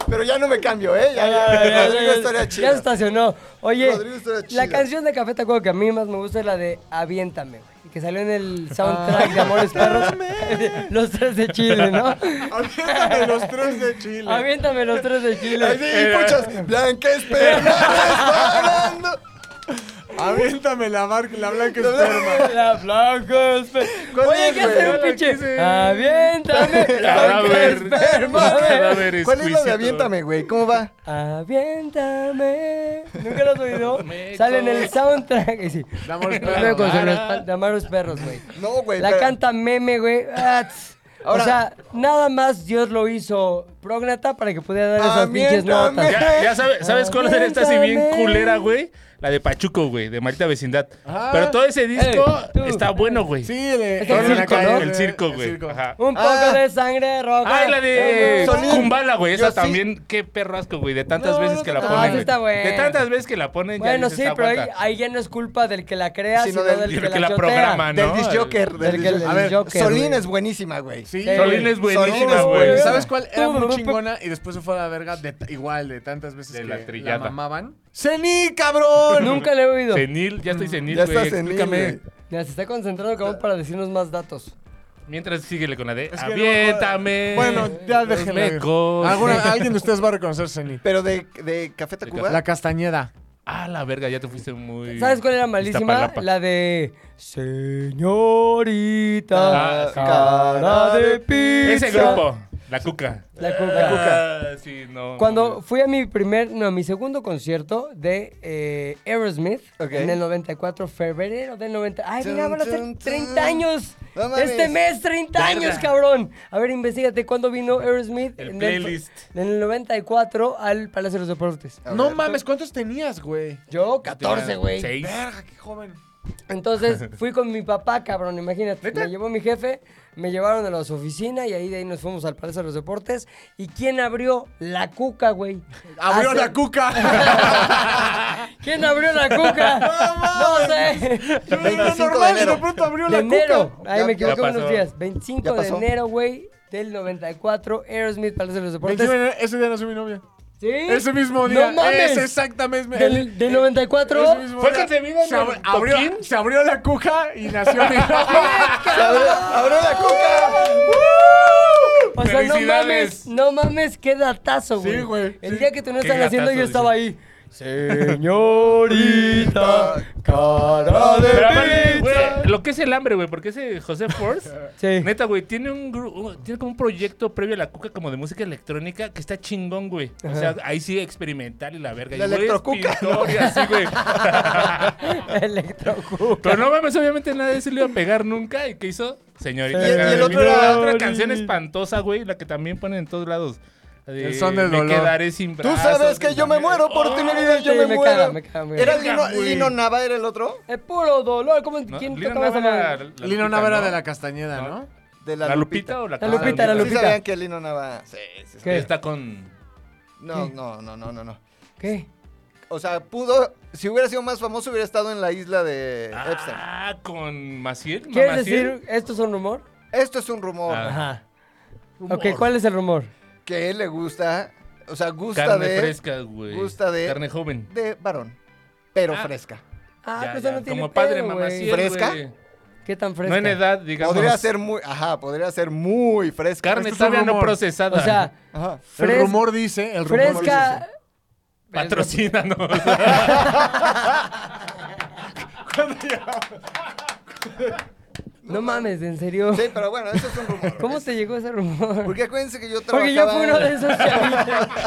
S2: Pero ya no me cambio, ¿eh? Ya, ya, ya. Rodrigo Historia
S5: Ya
S2: Chida.
S5: se estacionó. Oye,
S2: Rodrigo Historia Chida.
S5: la canción de Café Tacuba que a mí más me gusta es la de Aviéntame, güey. Que salió en el
S2: Ah.
S5: soundtrack de Amores Perros. los tres de Chile, ¿no?
S4: Aviéntame los tres de Chile.
S5: Aviéntame los tres de
S2: Ay,
S5: Chile.
S2: sí, muchas blanca esperma disparando.
S4: Aviéntame la, mar- la blanca esperma.
S5: La blanca esper-
S2: ¿Cuál
S5: Oye,
S2: es,
S5: ¿qué
S2: güey?
S5: hacer
S3: Yo
S5: un
S3: la quise.
S5: pinche? Aviéntame. La blanca
S3: Cadáver.
S5: esperma, güey.
S3: Cadáver
S2: ¿Cuál es la de
S3: exquisito.
S2: aviéntame, güey? ¿Cómo va?
S5: Aviéntame. ¿Nunca lo has oído? Sale en el soundtrack. Y sí.
S4: De Amores
S5: Lo veo
S4: Perros.
S5: con su
S4: Ara.
S5: respa- de Amaros Perros, güey.
S2: No, güey.
S5: La
S2: pero-
S5: canta meme, güey. Ah, tss.
S2: Ahora-
S5: o sea, nada más Dios lo hizo prógnata para que pudiera dar esas pinches
S2: Aviéntame.
S5: notas.
S3: Ya, ya sabe- sabes cuál era esta así bien
S5: Aviéntame.
S3: culera, güey. La de Pachuco, güey, de Maldita Vecindad.
S4: Ah.
S3: Pero todo ese disco
S5: Eh, tú.
S3: está bueno, güey.
S4: Sí, le,
S5: Es el
S4: en la
S5: circo,
S4: calle,
S5: ¿no?
S3: El circo, güey. Ajá.
S5: Un poco
S2: Ah.
S5: de sangre roja.
S3: Ah, y la de
S2: Solín.
S3: Cumbala, güey. Esa
S2: Yo sí.
S3: también, qué perro asco, güey. De tantas
S4: No,
S3: veces
S4: no
S3: que la
S4: te-
S5: No,
S3: ponen.
S5: sí
S3: güey.
S5: está bueno.
S3: De tantas veces que la ponen. ya
S5: Bueno,
S3: dices,
S5: sí,
S3: "Ah,
S5: pero ahí,
S3: aguanta".
S5: ahí ya no es culpa del que la crea,
S2: Sino
S5: sino,
S2: del-
S5: del,
S3: Y
S5: que
S3: que
S5: la,
S3: la
S5: chotea.
S3: programa,
S2: Del
S3: ¿no?
S2: disjoker.
S5: Del que-
S2: disjoker.
S5: del
S2: A ver,
S5: disjoker,
S2: Solín
S5: güey.
S2: es buenísima, güey.
S4: Sí.
S3: Solín es buenísima,
S2: Solín es
S3: güey.
S4: ¿Sabes cuál era muy chingona y después se fue a la verga? De- igual, de tantas veces
S3: De
S4: que
S3: la
S4: la,
S3: trillada.
S4: mamaban. ¡Cení, cabrón!
S5: Nunca le he oído.
S3: Senil, ya estoy senil,
S2: Ya
S3: güey.
S2: está senil,
S3: Explícame.
S2: güey.
S5: Ya se está concentrando como para decirnos más datos.
S3: Mientras síguele con la de.
S4: Es que no-
S3: Aviéntame.
S4: Bueno, ya
S3: los
S4: déjenla.
S3: mecos".
S4: Alguna- Alguien de ustedes va a reconocer Cení.
S2: Pero de, de Café Tacuba.
S4: La Castañeda.
S3: Ah, la verga, ya te fuiste muy.
S5: ¿Sabes cuál era malísima?
S3: Iztapalapa.
S5: La de Señorita
S3: Ah, sí.
S5: Cara de Pizza.
S3: Ese grupo, la cuca.
S5: La Cuca.
S3: Ah, sí, no.
S5: Cuando fui a mi primer, no, a mi segundo concierto de eh, Aerosmith
S2: Ok.
S5: en el 94, febrero del 90. Ay,
S2: Chun,
S5: mira, van a
S2: chun,
S5: ser
S2: chun.
S5: 30 años.
S2: No mames.
S5: este mes, 30
S3: Verga.
S5: años, cabrón. A ver, investigate cuándo vino Aerosmith
S3: El
S5: en,
S3: playlist.
S5: El, en el 94 al Palacio de los Deportes.
S2: A
S4: No
S2: ver.
S4: mames, ¿cuántos tenías, güey?
S5: Yo, 14, güey.
S3: Seis.
S4: Verga, qué joven.
S5: Entonces fui con mi papá, cabrón, imagínate. Me llevó mi jefe, me llevaron a las oficinas y ahí de ahí nos fuimos al Palacio de los Deportes. ¿Y quién abrió la cuca, güey?
S3: Ah,
S4: Abrió
S5: Hace-
S4: la cuca.
S5: ¿Quién abrió la cuca? no sé.
S4: Yo era
S2: 25 de
S4: normal y de
S2: enero.
S4: pronto abrió
S5: De
S4: la
S5: enero.
S4: cuca.
S5: Ahí
S2: Ya-
S5: me
S2: ya
S5: equivoqué
S3: pasó.
S5: unos días.
S2: Ya
S5: 25 de
S2: pasó.
S5: enero, güey, del 94, Aerosmith Palacio de los Deportes.
S4: 21 de enero, ese día nació mi novia.
S5: ¿Sí?
S4: Ese mismo día.
S5: ¡No mames!
S4: Ese exactamente.
S5: Del, del 94.
S4: Ese mismo
S3: ¿Fue
S4: día.
S3: concebida en
S4: se abri-
S3: el
S4: abrió,
S3: toquín?
S4: se abrió la cuca y nació mi novia.
S2: Se abrió- abrió la cuca.
S5: O sea, no
S3: Felicidades.
S5: mames, no mames, qué datazo, güey.
S4: Sí, güey,
S5: El
S4: sí.
S5: día que tú no
S3: Qué
S5: estás haciendo,
S3: datazo,
S5: yo estaba ahí. Señorita, cara
S3: Pero a ver,
S5: de
S3: güey,
S5: pizza.
S3: lo que es el hambre, güey, porque ese José Force,
S5: Sí.
S3: neta, güey, tiene un gru- un- tiene como un proyecto previo a la cuca como de música electrónica que está chingón, güey. O sea, ahí sí experimental y la verga.
S2: La
S3: y, güey, es
S2: electrocuca,
S3: pintor y así, güey.
S5: Electrocuca.
S3: Pero no mames, obviamente nada de eso le iba a pegar nunca. ¿Y qué hizo? Señorita.
S2: Y el- y el
S3: Carmen.
S2: otro era-
S3: La otra canción espantosa, güey, la que también ponen en todos lados. La de,
S4: El son del dolor.
S3: Me quedaré sin
S2: Tú
S3: brazos.
S2: sabes que yo me muero por
S3: Oh,
S2: tener vida, yo
S5: sí,
S2: me,
S5: me
S2: muero.
S5: caga, me caga, me
S2: ¿Era
S3: caga,
S2: Lino,
S3: güey.
S2: Lino Nava, era el otro?
S5: Es puro dolor. ¿Cómo,
S3: ¿no?
S5: ¿Quién
S3: Lina
S5: tocaba esa
S3: Nava era
S5: madre?
S3: la
S4: Lino
S3: Lupita,
S4: Nava era
S3: ¿no?
S4: de la Castañeda, ¿no?
S2: De
S3: ¿La Lupita o la
S5: La Lupita,
S3: Carmen?
S5: la
S2: Sí
S5: Lupita.
S2: sabían que Lino Nava... Sí, sí, sí.
S5: ¿Qué?
S3: Está con.
S2: No, no, no, no, no, no.
S5: ¿Qué?
S2: O sea, pudo... Si hubiera sido más famoso, hubiera estado en la isla de Epstein.
S3: Ah, con Maciel.
S5: ¿Quieres
S3: Mamaciel.
S5: decir esto es un rumor?
S2: Esto es un rumor
S3: Ah.
S5: Ajá. Ok, ¿cuál es el rumor?
S2: que él le gusta... O sea, gusta
S3: Carne
S2: de...
S3: fresca, güey.
S2: gusta de-
S3: Carne joven.
S2: De varón. Pero
S3: Ah.
S2: fresca.
S5: Ah,
S3: Ya,
S5: pues
S3: ya,
S5: no tiene
S3: Como padre,
S5: pedo,
S3: mamá.
S5: güey.
S2: ¿Fresca?
S5: ¿Qué tan
S3: No
S5: fresca?
S3: en edad, digamos.
S2: Podría ser muy... Ajá, podría ser muy fresca.
S3: Carne
S4: Esto es un
S3: todavía no
S4: rumor.
S3: procesada.
S5: O sea,
S2: Ajá.
S4: el
S5: fres-
S4: rumor dice, el rumor
S5: fresca.
S3: Patrocínanos.
S5: No mames, en serio.
S2: Sí, pero bueno, eso es un rumor.
S5: ¿Cómo te llegó ese rumor?
S2: Porque acuérdense que yo trabajaba...
S5: Porque yo fui uno de esos chavitos.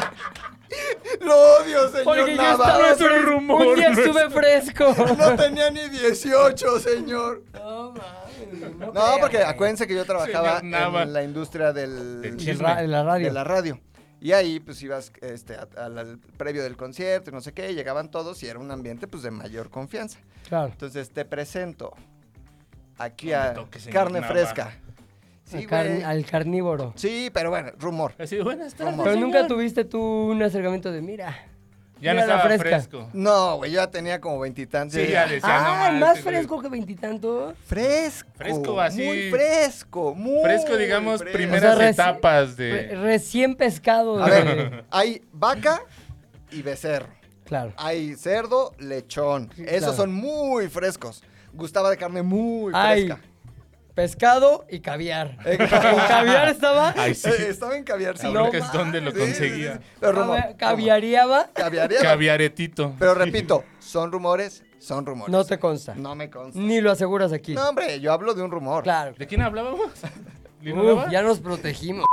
S2: ¡Lo odio, señor
S5: Porque yo
S2: Nava!
S5: estaba.
S3: es un
S5: fres-
S3: rumor,
S5: Un día
S3: no es-
S5: estuve fresco.
S2: No tenía ni 18, señor.
S5: No mames.
S2: No, porque acuérdense que yo trabajaba
S3: Señor Nava.
S2: en la industria del,
S3: Del
S5: En la radio.
S2: de la radio. Y ahí pues ibas este, a- al, al previo del concierto y no sé qué, y llegaban todos y era un ambiente pues de mayor confianza.
S5: Claro.
S2: Entonces te presento aquí
S3: No me
S2: a
S3: toques, señor
S2: carne
S3: Nava.
S2: fresca.
S5: Al
S2: Sí,
S5: car-
S2: güey.
S5: al carnívoro.
S2: Sí, pero bueno, rumor.
S3: Así, buenas tardes.
S2: Pero
S5: Pero nunca
S3: señor.
S5: tuviste tú un acercamiento de mira.
S3: Ya no
S5: mira la
S3: estaba
S5: fresca.
S3: fresco.
S2: No, güey, yo ya tenía como veintitantos.
S3: Sí,
S2: Yo
S3: ya
S2: dije,
S3: decía. no
S5: Ah,
S3: manches,
S5: más
S3: güey.
S5: fresco que veintitantos.
S2: Fresco.
S3: Fresco, así.
S2: Muy fresco, muy
S3: Fresco, digamos,
S2: fresco".
S3: primeras
S5: O sea, reci-
S3: etapas
S5: Re-
S3: de.
S5: recién pescado.
S2: A
S5: de-
S2: ver, hay vaca y becerro.
S5: Claro.
S2: Hay cerdo, lechón.
S5: Sí,
S2: Esos
S5: claro.
S2: son muy frescos. Gustaba de carne muy
S5: Ay,
S2: fresca.
S5: pescado y caviar. ¿Con caviar estaba?
S3: Ay, sí.
S2: Eh, estaba en caviar, sí.
S3: Habrá que es donde lo
S2: Sí, sí, sí,
S3: conseguía.
S2: sí. Pero rumor,
S5: Cavia-
S2: rumor.
S5: ¿Caviareaba?
S2: Caviaría.
S3: Caviaretito.
S2: Pero repito, son rumores, son rumores.
S5: No te consta.
S2: No me consta.
S5: Ni lo aseguras aquí.
S2: No, hombre, yo hablo de un rumor.
S5: Claro.
S3: ¿De quién hablábamos? ¿Lino
S5: Uf,
S3: Nava?
S5: ya nos protegimos.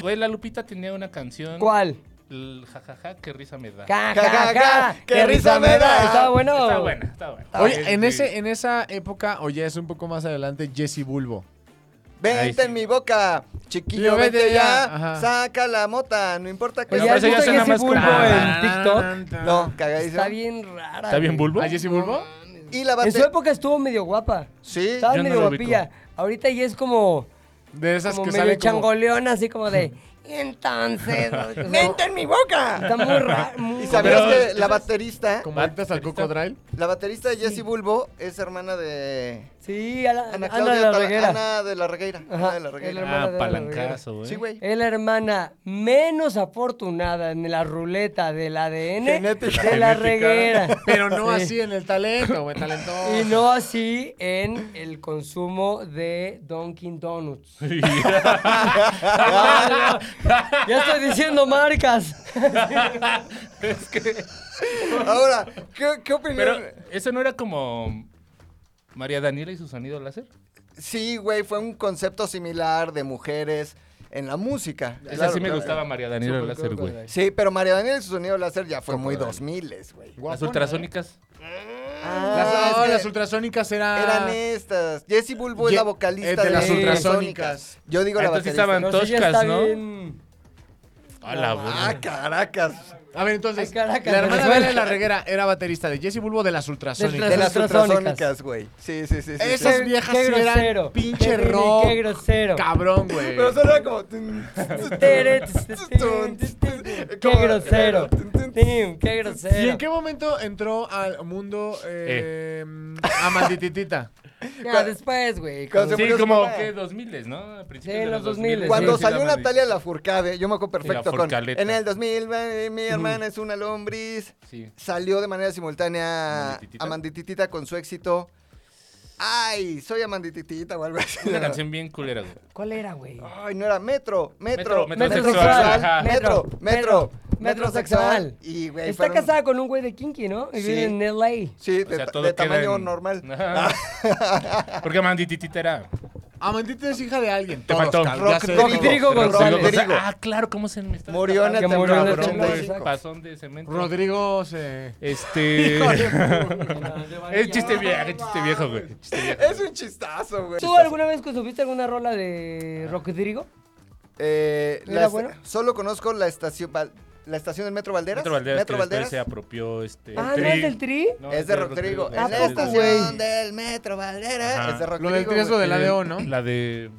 S3: Güey, la Lupita tenía una canción.
S5: ¿Cuál?
S3: El jajaja, qué risa me da.
S5: Ja,
S2: Ja,
S5: ja,
S2: ja,
S5: ja.
S2: ja. ¡Qué risa me da!
S5: Está bueno.
S3: Está buena, está buena.
S4: Oye, en, ese, en esa época, o ya es un poco más adelante, Jesse Bulbo.
S2: Vente
S3: Ahí sí.
S2: en mi boca, chiquillo,
S4: Yo
S2: vete,
S4: vete
S2: ya.
S4: ya. Ajá.
S2: Saca la mota, no importa que...
S5: Oye,
S3: Pero
S5: ¿has
S3: eso ya
S5: visto
S3: suena
S5: Jesse
S3: más
S5: Bulbo en
S3: claro.
S5: TikTok?
S2: No, cagadísimo.
S5: Está bien rara.
S3: ¿Está bien
S5: güey.
S3: bulbo?
S4: ¿A Jesse Ah, Bulbo?
S2: Y la
S5: En su
S2: batería...
S5: época estuvo medio guapa.
S2: Sí,
S5: Estaba
S3: Yo no
S5: medio
S3: lo ubico.
S5: guapilla. Ahorita ya es como,
S4: De esas
S5: como
S4: que
S5: medio
S4: sale como...
S5: changoleón, así como de. Y entonces. como-
S2: ¡Vente en mi boca!
S5: Está muy raro. muy
S2: ¿Y sabías
S3: Pero-
S2: que la baterista,
S4: Como ahorita al Coco Drive.
S2: la baterista de Jessie Bulbo es hermana de...
S5: Sí, a la,
S2: Ana
S5: Ana
S2: Claudia
S5: de la
S2: Tala-
S5: Reguera.
S2: Ana de la Reguera. Ana de la Reguera.
S5: Hermana
S3: Ah,
S5: de la
S3: palancazo, güey.
S2: Sí, güey.
S5: Es la hermana menos afortunada en la ruleta del ADN
S2: Genética.
S5: de la
S3: Genética.
S5: reguera.
S4: Pero no
S5: Sí.
S4: así en el talento, güey, talentoso.
S5: Y no así en el consumo de Dunkin' Donuts. ya estoy diciendo marcas.
S3: es que.
S2: Ahora, ¿qué, qué opinión?
S3: Pero, ¿eso no era como. María Daniela y su sonido láser?
S2: Sí, güey, fue un concepto similar de mujeres en la música.
S3: Esa
S2: Claro,
S3: sí me
S2: claro.
S3: gustaba María Daniela láser, güey.
S2: Sí, pero María Daniela y su sonido láser ya fue muy 2000, güey.
S3: Las ultrasónicas.
S4: Las,
S2: Ah,
S4: no,
S2: es que
S4: las ultrasónicas eran...
S2: Eran estas. Jessie Bulbo es
S4: Ye-
S2: la vocalista
S4: es de las
S2: Ultrasónicas.
S4: ultrasónicas.
S2: Yo digo la
S3: Ah, entonces
S2: baterista.
S3: estaban-
S5: Pero sí ya está
S3: Toscas, ¿no?
S5: bien.
S3: A la
S2: Ah,
S3: bola.
S2: caracas.
S4: A ver, entonces,
S5: Ay, caraca,
S4: la hermana
S5: Venezuela.
S4: Vela de la Reguera era baterista de Jesse Bulbo de las ultrasónicas.
S2: De
S5: Las
S2: las
S5: ultrasónicas.
S2: ultrasónicas, güey. Sí, sí, sí. sí,
S4: Esas
S2: sí.
S4: viejas
S5: qué
S4: sí eran
S5: grosero.
S4: pinche
S5: Qué vil-
S4: rock.
S5: Qué grosero.
S4: Cabrón, güey.
S2: Pero solo era como.
S5: Tere, tis, tis, tis, Qué grosero. Tim, Qué
S4: ¿Y
S5: grosero.
S4: en qué momento entró al mundo eh, Amandititita?
S5: Ya, después, güey.
S2: Cuando
S5: cuando-
S3: Sí,
S2: murió su
S3: como
S2: papá.
S3: que 2000, ¿no? A principios
S5: Sí,
S3: de
S5: los
S3: los
S5: 2000s,
S3: 2000.
S2: Cuando
S5: Sí,
S2: salió Natalia Lafourcade, yo me acuerdo
S3: la
S2: perfecto con
S3: forcaleta.
S2: En el 2000 eh, mi hermana es una lombriz.
S3: Sí.
S2: Salió de manera simultánea
S3: Amandititita.
S2: Amandititita con su éxito. Ay, soy Amandititita o algo así.
S3: Una canción bien culera, güey.
S5: ¿Cuál era, güey?
S2: Ay, no era metro, metro,
S3: Metro, metro
S5: sexual, ajá.
S2: metro, metro,
S5: Metro, metro, metrosexual.
S2: Y güey,
S5: Está
S2: fueron-
S5: casada con un güey de Kinky, ¿no? Y
S2: Sí.
S5: vive en LA.
S2: Sí,
S3: O
S2: de,
S3: sea,
S2: ta-
S3: todo
S2: de
S3: queda
S2: tamaño
S3: en-
S2: normal.
S3: Ajá. Porque Amandititita era.
S4: Amanditita es hija de alguien.
S3: Te faltó.
S4: cabrón, ya sé.
S5: Rodrigo
S2: Rodrigo
S5: González.
S2: Rodrigo.
S3: Ah, claro, ¿cómo se me está
S2: Murió en
S5: Que
S2: el
S5: murió en el
S3: Cabrón, güey,
S5: 85.
S3: pasón de cemento.
S4: Rodrigo se...
S3: Este. es chiste viejo, es chiste viejo, güey. Chiste viejo.
S2: Es un chistazo, güey.
S5: ¿Tú alguna vez consumiste alguna rola de Rodrigo?
S2: Eh,
S5: ¿Era
S2: la est-
S5: bueno?
S2: Solo conozco la estación, Val- la estación del Metro Valderas.
S3: Metro Valderas, que después se apropió este.
S5: Ah, ¿no es del Tri?
S3: No,
S2: es de Rodrigo.
S3: Rodrigo.
S2: En la
S5: ¿A poco,
S2: estación
S5: güey?
S2: del Metro Valderas.
S3: Ajá.
S2: Es de Rodrigo.
S4: Lo del trieslo
S2: güey.
S4: de la DO, ¿no?
S3: La de.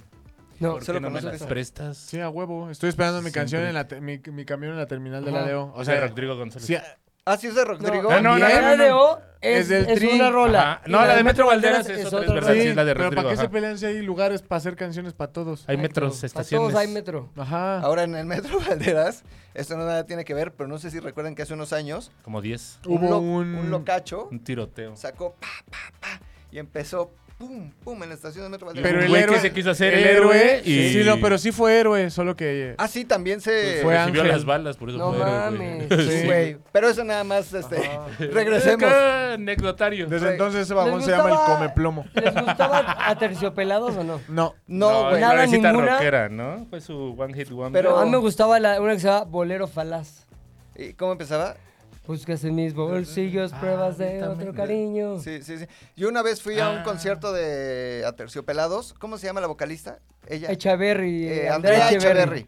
S5: No.
S3: ¿Por
S2: solo
S3: qué no me
S2: conozco
S3: las
S2: esa.
S3: prestas?
S4: Sí, a huevo. Estoy esperando mi
S3: Siempre.
S4: canción en la... te- Mi, mi camión en la terminal de
S5: Ajá.
S4: la DO. O
S3: O
S4: sea,
S3: sea, de Rodrigo González.
S4: sí,
S2: Ah, sí, es de Rodrigo.
S3: Ah, no, no,
S5: La
S3: no, no.
S5: RDO es,
S4: Es del
S5: es
S4: Tri.
S5: una rola.
S3: Ajá.
S5: Y
S3: No, la de Metro Valderas es otra, es verdad, sí.
S5: rola.
S3: es la de
S4: pero ¿para
S3: Rodrigo,
S4: qué se
S3: ajá.
S4: pelean si hay lugares para hacer canciones para todos?
S3: Hay
S5: Ay,
S3: metros,
S5: pero
S3: estaciones.
S5: Para todos hay metro.
S4: Ajá.
S2: Ahora en el Metro Valderas, esto no nada tiene que ver, pero no sé si recuerdan que hace unos años
S3: Como 10.
S2: un
S4: Hubo
S2: lo-
S4: un-
S2: un locacho
S3: Un tiroteo.
S2: sacó pa, pa, pa y empezó pum, pum en la estación del Metro Valderas.
S4: Pero
S3: Un
S4: el
S3: güey que
S4: héroe
S3: se quiso hacer el héroe y-
S4: Sí, no, pero sí fue héroe, solo que... eh,
S2: Ah, sí, también se...
S4: Fue
S3: Recibió
S4: Ángel.
S3: las balas, por eso
S5: No
S3: fue héroe, güey.
S5: mames.
S2: Sí, güey. Pero eso nada más, este, regresemos.
S3: Acá, anecdotario.
S4: Desde
S2: Güey.
S4: entonces ese
S5: ¿Les
S4: vagón se llama el
S5: gustaba-
S4: come plomo.
S5: ¿Les gustaba aterciopelados o no?
S4: No.
S2: No, güey.
S5: nada,
S3: la visita
S5: ninguna.
S3: rockera, ¿no? Fue su One Hit Wonder.
S2: Pero-
S5: A mí me gustaba la- una que se llama Bolero Falaz.
S2: ¿Y ¿Cómo empezaba?
S5: Buscas en mis bolsillos
S3: Ah,
S5: pruebas de otro cariño.
S2: Sí, sí, sí. Yo una vez fui a un
S3: Ah.
S2: concierto de Aterciopelados. ¿Cómo se llama la vocalista? Ella.
S5: Echaverry.
S2: Eh,
S5: Andrea Echeverry.
S2: Echeverry.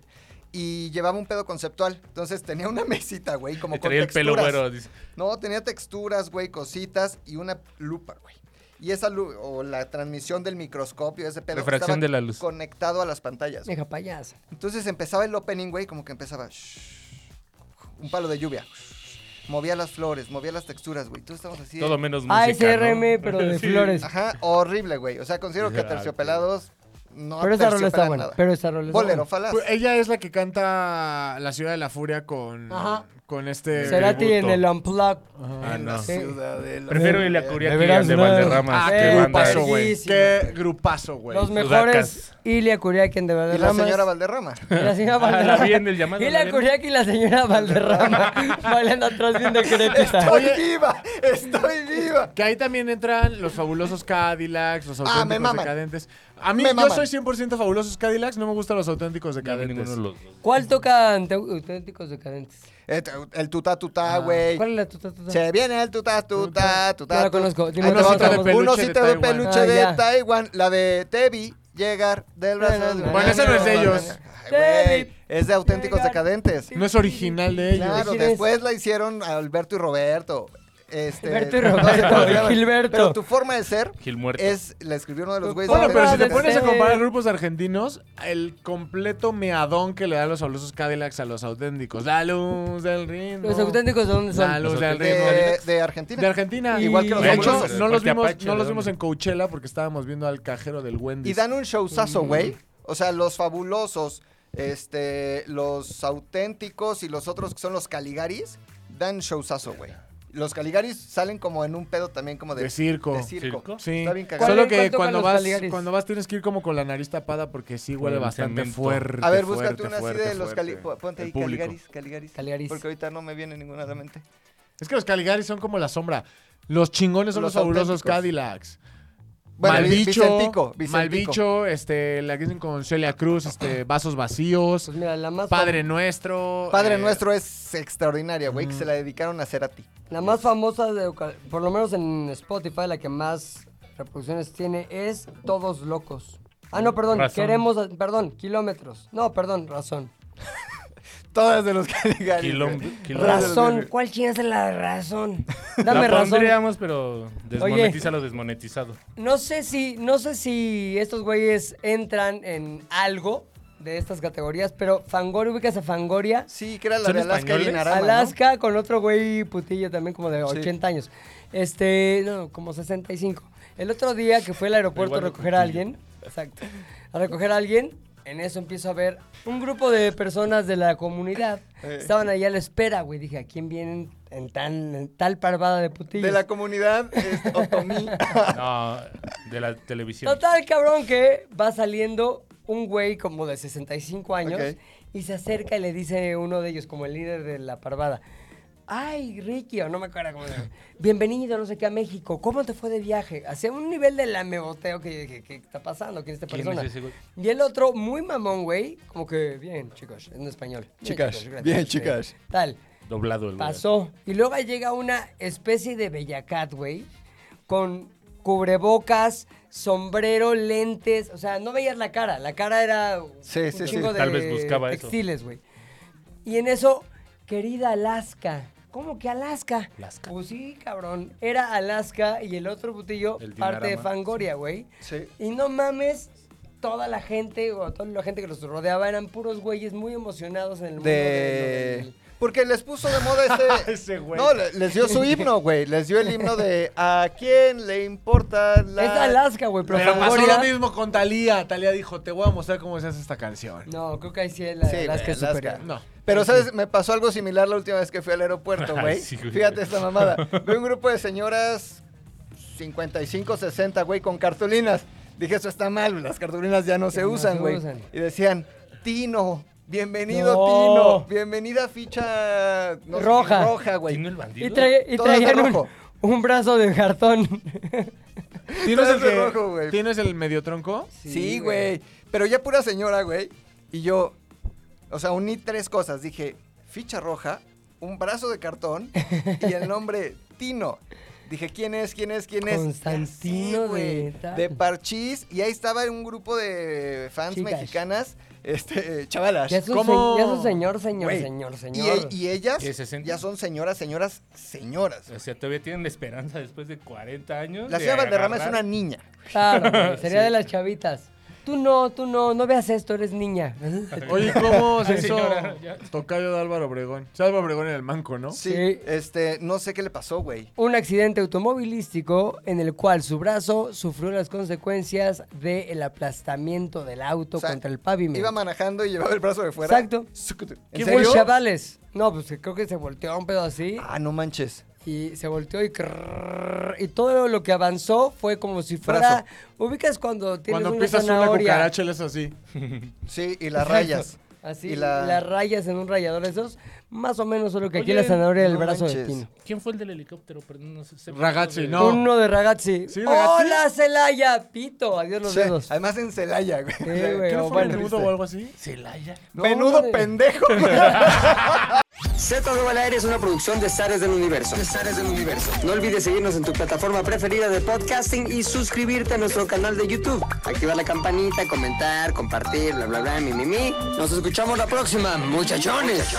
S2: y llevaba un pedo conceptual. Entonces tenía una mesita, güey, como
S3: Le
S2: con
S3: traía el pelo
S2: texturas.
S3: güero. dice.
S2: No, tenía texturas, güey, cositas y una lupa, güey. Y esa lu- o la transmisión del microscopio, ese pedo
S3: Refracción
S2: estaba
S3: de la luz.
S2: conectado a las pantallas. güey.
S5: Deja payasa.
S2: Entonces empezaba el opening, güey, como que empezaba shh, un palo de lluvia. shh, movía las flores, movía las texturas, güey. Todos estamos así. de-
S3: Todo menos
S5: Ah,
S3: música, ¿no?
S5: ASRM, pero de
S3: Sí.
S5: flores.
S2: Ajá, horrible, güey. O sea, considero que
S3: Ah,
S2: Terciopelados no
S5: Pero esa rola está
S2: terciopelan
S5: buena.
S2: nada.
S5: Pero esa rola está
S2: Bolero,
S5: buena.
S2: falas.
S4: Pues ella es la que canta La Ciudad de la Furia con,
S5: Ajá.
S4: con este.
S5: Cerati
S3: tributo.
S5: en el Unplugged.
S3: Ah,
S2: En
S3: no.
S2: la ciudad de la-
S3: Prefiero el
S5: De
S3: Acuria que
S5: veras,
S3: el de
S5: no.
S3: Valderrama.
S5: Ah,
S3: que
S5: qué
S3: banda
S5: grupazo,
S3: es.
S5: güey.
S4: Qué grupazo, güey.
S5: Los
S3: Sudacas.
S5: mejores Ilia Kuriaki de
S2: Y la
S5: Valderrama.
S2: señora Valderrama.
S5: Y la señora
S3: Ah, la
S5: Valderrama.
S3: vi en el llamado,
S5: Y
S3: la
S5: la
S3: vi en-
S5: Kuriaki y la señora Valderrama. bailando atrás bien de Querétaro.
S2: ¡Estoy viva! ¡Estoy viva!
S4: Que ahí también entran los fabulosos Cadillacs, los
S2: Ah, me
S4: auténticos
S2: maman.
S4: decadentes. A mí,
S2: Me
S4: yo
S2: maman.
S4: soy 100% fabulosos Cadillacs, no me gustan los auténticos
S3: No, ninguno
S4: decadentes.
S3: de los dos.
S5: ¿Cuál tocan te- auténticos decadentes?
S2: Et- El tutá tutá, güey.
S5: Ah, ¿Cuál es la tuta tuta?
S2: Se viene el tutá tutá, tutá.
S5: No
S2: tutá.
S5: la conozco. Dime
S2: Ahí te
S4: un
S2: va
S4: osito de
S2: otra.
S4: peluche
S2: Un
S4: de
S2: osito de
S4: Taiwán.
S2: peluche
S5: Ah,
S2: de
S5: ya.
S2: Taiwán. La de Te vi llegar del brazo. de-
S5: Bueno, esa no es de
S4: ellos.
S2: Ay, güey,
S5: Te vi
S2: Es de auténticos
S5: llegar.
S2: decadentes.
S4: No es original de ellos.
S2: Claro,
S5: ¿Quién es?
S2: después la hicieron a Alberto y Roberto. Este,
S5: Alberto y
S2: no sé
S5: Roberto,
S2: cómo se llama,
S5: Gilberto.
S2: Pero tu forma de ser
S3: Gil Muerto.
S2: es. La escribió uno de los güeyes.
S4: Bueno,
S2: de
S4: pero si te
S2: Auténticos
S4: pones a
S5: Sí.
S4: comparar grupos argentinos, el completo meadón que le dan los fabulosos Cadillacs a los auténticos. La luz del ritmo.
S5: ¿Los auténticos de dónde
S4: La
S5: son?
S4: luz
S3: Los
S4: del ritmo.
S2: De, de Argentina.
S4: De Argentina.
S5: Y- Igual que los
S4: De hecho,
S3: fabulosos.
S4: no los,
S3: Fuerte
S4: vimos,
S3: Apache,
S4: no los
S3: ¿de
S4: vimos
S3: dónde?
S4: en Coachella porque estábamos viendo al cajero del Wendy.
S2: Y dan un
S4: Mm.
S2: showzazo, güey. O sea, los fabulosos, este, los auténticos y los otros que son los Caligaris, dan showzazo, güey. Los Caligaris salen como en un pedo también como de,
S4: de circo.
S2: de circo.
S3: ¿Circo?
S4: Sí.
S2: Está bien cagado.
S5: ¿Cuál-
S4: Solo
S5: cuál
S4: que
S5: tocan
S4: cuando
S5: los
S4: vas,
S5: Caligaris?
S4: cuando vas tienes que ir como con la nariz tapada porque sí huele
S3: el
S4: bastante
S3: cemento.
S4: fuerte.
S2: A ver,
S4: fuerte,
S2: búscate una así
S4: fuerte,
S2: de los
S4: fuerte.
S2: Caligaris. Ponte
S4: El
S2: ahí,
S4: público.
S2: Caligaris, Caligaris.
S5: Caligaris.
S2: Porque ahorita no me viene ninguna a la mente.
S4: Es que los Caligaris son como la sombra. Los chingones son los,
S2: Los
S4: fabulosos
S2: auténticos.
S4: Cadillacs.
S2: Bueno,
S4: mal
S2: Vi-
S4: bicho,
S2: Vicentico, Vicentico.
S4: mal bicho, este, la que dicen con Celia Cruz, este, vasos vacíos,
S5: Pues mira, la más,
S4: Padre Nuestro.
S2: Padre
S4: eh,
S2: Nuestro es extraordinaria, güey, que se la dedicaron a hacer a ti.
S5: fam- la más famosa, de, Eucal- por lo menos en Spotify, la que más reproducciones tiene es Todos Locos. Ah, no, perdón,
S3: Razón.
S5: queremos, a- perdón, kilómetros. No, perdón, razón.
S2: Todas de los Caligaris.
S3: Quilom-
S2: güey.
S3: quilom-
S5: Razón, ¿cuál chingas es la razón? Dame
S3: La
S5: razón.
S3: pondríamos, pero desmonetiza lo desmonetizado.
S5: No sé si, no sé si estos güeyes entran en algo de estas categorías, pero Fangoria, ubicas a Fangoria.
S2: Sí, que era la
S3: ¿Son
S2: de Alaska y
S3: españoles?
S2: Dinarama, ¿no?
S5: Alaska con otro güey putillo también como de
S2: Sí.
S5: 80 años. Este, no, como 65. El otro día que fue al aeropuerto a
S3: Igual de
S5: recoger a alguien, exacto, a recoger a alguien, en eso empiezo a ver un grupo de personas de la comunidad.
S2: Eh.
S5: Estaban allá a la espera, güey. Dije, ¿a quién vienen en, tan, en tal parvada de putillos?
S2: De la comunidad este, Otomí.
S3: No, de la televisión.
S5: Total, cabrón, que va saliendo un güey como de 65 años
S2: Ok.
S5: y se acerca y le dice uno de ellos, como el líder de la parvada, ay, Ricky, o no me acuerdo cómo se llama, bienvenido, no sé qué, a México, ¿cómo te fue de viaje? Hacia un nivel de lameboteo que yo dije, ¿qué está pasando? ¿Quién es esta
S3: ¿Quién
S5: persona?
S3: es ese güey?
S5: y el otro, muy mamón, güey, como que, bien, chicos, en español. Bien,
S2: Chicas,
S5: gracias,
S2: bien,
S5: sí".
S2: chicas.
S5: Tal.
S3: Doblado el güey.
S5: Pasó. Y luego llega una especie de bellacat, güey, con cubrebocas, sombrero, lentes. O sea, no veías la cara. La cara era
S2: Sí, sí, sí.
S3: Tal vez buscaba eso.
S5: textiles, güey. Y en eso, querida Alaska. ¿Cómo que Alaska?
S3: Alaska.
S5: Pues sí, cabrón. Era Alaska y el otro butillo,
S3: El
S5: parte de
S3: Dinarama.
S5: Fangoria, güey.
S2: Sí.
S5: Y no mames, toda la gente, o toda la gente que los rodeaba, eran puros güeyes muy emocionados en el mundo de lo
S2: De...
S5: del-
S2: Porque les puso de moda este...
S4: Ese güey.
S2: No, le- les dio su himno, güey. Les dio el himno de ¿A quién le importa la...?
S5: Es Alaska, güey, pero,
S4: Pero pasó
S5: Fangoria-
S4: lo mismo con Talía. Talía dijo, te voy a mostrar cómo se hace esta canción.
S5: No, creo que ahí sí la
S2: Sí, güey,
S5: Alaska es
S2: Alaska.
S5: superior.
S4: No.
S2: Pero, ¿sabes? Me pasó algo similar la última vez que fui al aeropuerto,
S3: Ay,
S2: güey.
S3: sí, güey.
S2: Fíjate esta mamada. Vi un grupo de señoras 55, 60, güey, con cartulinas. Dije, eso está mal, las cartulinas ya no se
S5: no
S2: usan,
S5: se
S2: güey.
S5: usan.
S2: Y decían, Tino, bienvenido,
S5: No.
S2: Tino. Bienvenida ficha... no sé,
S5: Roja.
S2: Roja, güey.
S3: ¿Tino el bandido?
S5: Y, traía- y
S2: Todas de
S5: traían un,
S2: rojo.
S5: un brazo de cartón.
S4: ¿Tienes el,
S2: Pero es de
S4: que-
S2: rojo, güey.
S4: ¿Tienes el medio tronco?
S2: Sí, güey. Pero ya pura señora, güey. Y yo, o sea, uní tres cosas. Dije, ficha roja, un brazo de cartón y el nombre Tino. Dije, ¿quién es? ¿Quién es? ¿Quién es?
S5: Constantino
S2: Y así, güey,
S5: de tal.
S2: De Parchís. Y ahí estaba un grupo de fans
S5: Chicas.
S2: mexicanas Este, chavalas.
S5: Ya es un,
S4: ¿Cómo?
S5: se- ya es un señor, señor,
S2: Güey,
S5: señor,
S2: Y,
S5: señor.
S2: y ellas
S3: Y 60.
S2: ya son señoras, señoras, señoras.
S3: O sea, todavía tienen la esperanza después de 40 años.
S2: La
S3: de
S2: señora Valderrama es
S3: agarrar-
S2: una niña.
S5: Claro, güey, sería de las chavitas. Tú no, tú no, no veas esto, eres niña.
S4: Oye, ¿cómo se
S3: Ay,
S4: hizo
S3: señora, ya.
S4: tocayo de Álvaro Obregón? O sea, Álvaro Obregón era el manco, ¿no?
S2: Sí,
S5: Sí.
S2: este, no sé qué le pasó, güey.
S5: Un accidente automovilístico en el cual su brazo sufrió las consecuencias del aplastamiento del auto
S2: O sea,
S5: contra el pavimento.
S2: Iba manejando y llevaba el brazo de fuera.
S5: Exacto.
S2: Sucutu. ¿En
S5: ¿Qué fue,
S2: serio?
S5: chavales? No, pues creo que se volteó un pedo así
S2: Ah, no manches.
S5: y se volteó y crrrr, y todo lo que avanzó fue como si fuera
S2: Brazo.
S5: ubicas cuando tienes
S4: Cuando
S5: una
S4: pisas una
S5: zanahoria
S4: cucaracha, él es así.
S2: Sí, y las rayas.
S5: así
S2: Y la-
S5: las rayas en un rayador esos más o menos solo que aquí
S3: Oye,
S5: la zanahoria del
S2: no
S5: brazo de
S2: manches.
S5: Tino.
S3: ¿Quién fue el del helicóptero? Perdón, no sé- sé-
S4: Ragazzi,
S3: de-
S4: No.
S5: Uno de ragazzi.
S4: Sí, Ragazzi.
S5: Hola Celaya, pito, adiós los
S2: Sí,
S5: dedos.
S2: Además en Celaya, güey.
S5: Sí,
S2: O sea,
S5: güey,
S4: ¿Qué no
S5: o
S4: fue
S5: bueno.
S4: menudo
S2: este.
S4: o algo así?
S3: Celaya.
S5: No,
S2: Menudo
S5: hombre.
S2: pendejo.
S1: Z de U al aire es una producción de Zares del Universo. De Zares del Universo. No olvides seguirnos en tu plataforma preferida de podcasting y suscribirte a nuestro canal de YouTube. Activar la campanita, comentar, compartir, bla, bla, bla, mi, mi, mi. Nos escuchamos la próxima, muchachones.